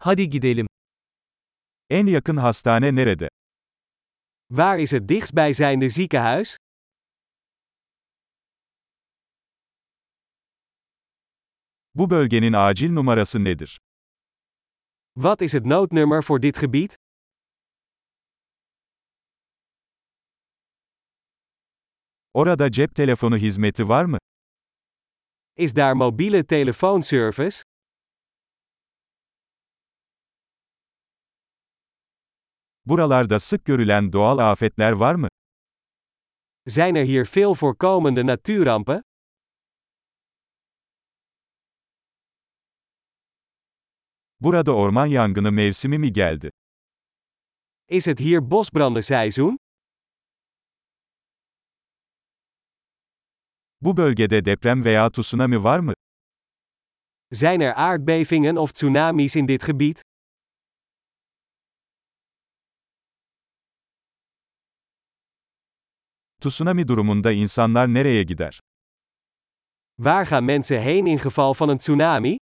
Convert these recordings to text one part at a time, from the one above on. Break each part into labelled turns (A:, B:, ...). A: Hadi gidelim.
B: En yakın hastane nerede?
A: Waar is het dichtstbijzijnde ziekenhuis?
B: Bu bölgenin acil numarası nedir?
A: Wat is het noodnummer voor dit gebied?
B: Orada cep telefonu hizmeti var mı?
A: Is daar mobiele telefoonservice?
B: Buralarda sık görülen doğal afetler var mı?
A: Zijn er hier veel voorkomende natuurrampen?
B: Burada orman yangını mevsimi mi geldi?
A: Is het hier bosbrandenseizoen?
B: Bu bölgede deprem veya tsunami var mı?
A: Zijn er aardbevingen of tsunamis in dit gebied?
B: Tsunami durumunda insanlar nereye gider?
A: Waar gaan mensen heen in geval van een tsunami?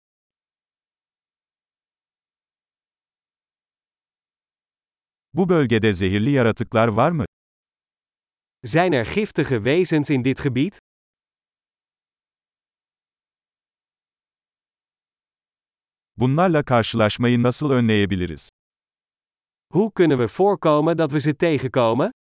B: Bu bölgede zehirli yaratıklar var mı?
A: Zijn er giftige wezens in dit gebied?
B: Bunlarla karşılaşmayı nasıl önleyebiliriz?
A: Hoe kunnen we voorkomen dat we ze tegenkomen?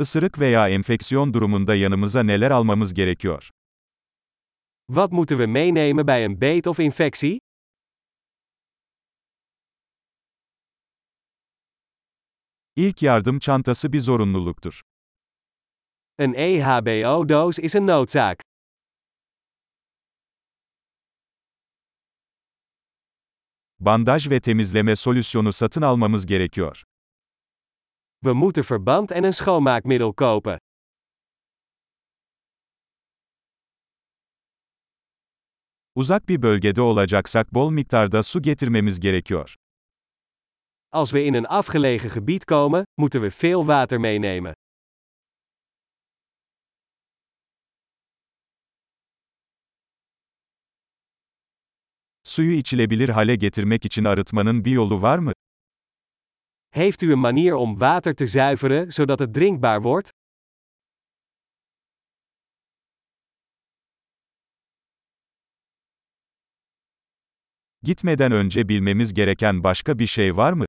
B: Isırık veya enfeksiyon durumunda yanımıza neler almamız gerekiyor?
A: Wat moeten we meenemen bij een beet of infectie?
B: İlk yardım çantası bir zorunluluktur.
A: Een E EHBO-doos is een noodzaak.
B: Bandaj ve temizleme solüsyonu satın almamız gerekiyor.
A: We moeten verband en een schoonmaakmiddel kopen.
B: Uzak bir bölgede olacaksak bol miktarda su getirmemiz gerekiyor.
A: Als we in een afgelegen gebied komen, moeten we veel water meenemen.
B: Suyu içilebilir hale getirmek için arıtmanın bir yolu var mı?
A: Heeft u een manier om water te zuiveren zodat het drinkbaar wordt?
B: Gitmeden önce bilmemiz gereken başka bir şey var mı?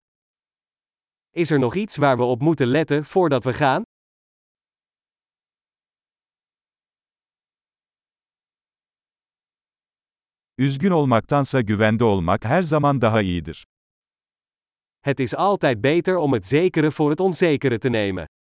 A: Is er nog iets waar we op moeten letten voordat we gaan?
B: Üzgün olmaktansa güvende olmak her zaman daha iyidir.
A: Het is altijd beter om het zekere voor het onzekere te nemen.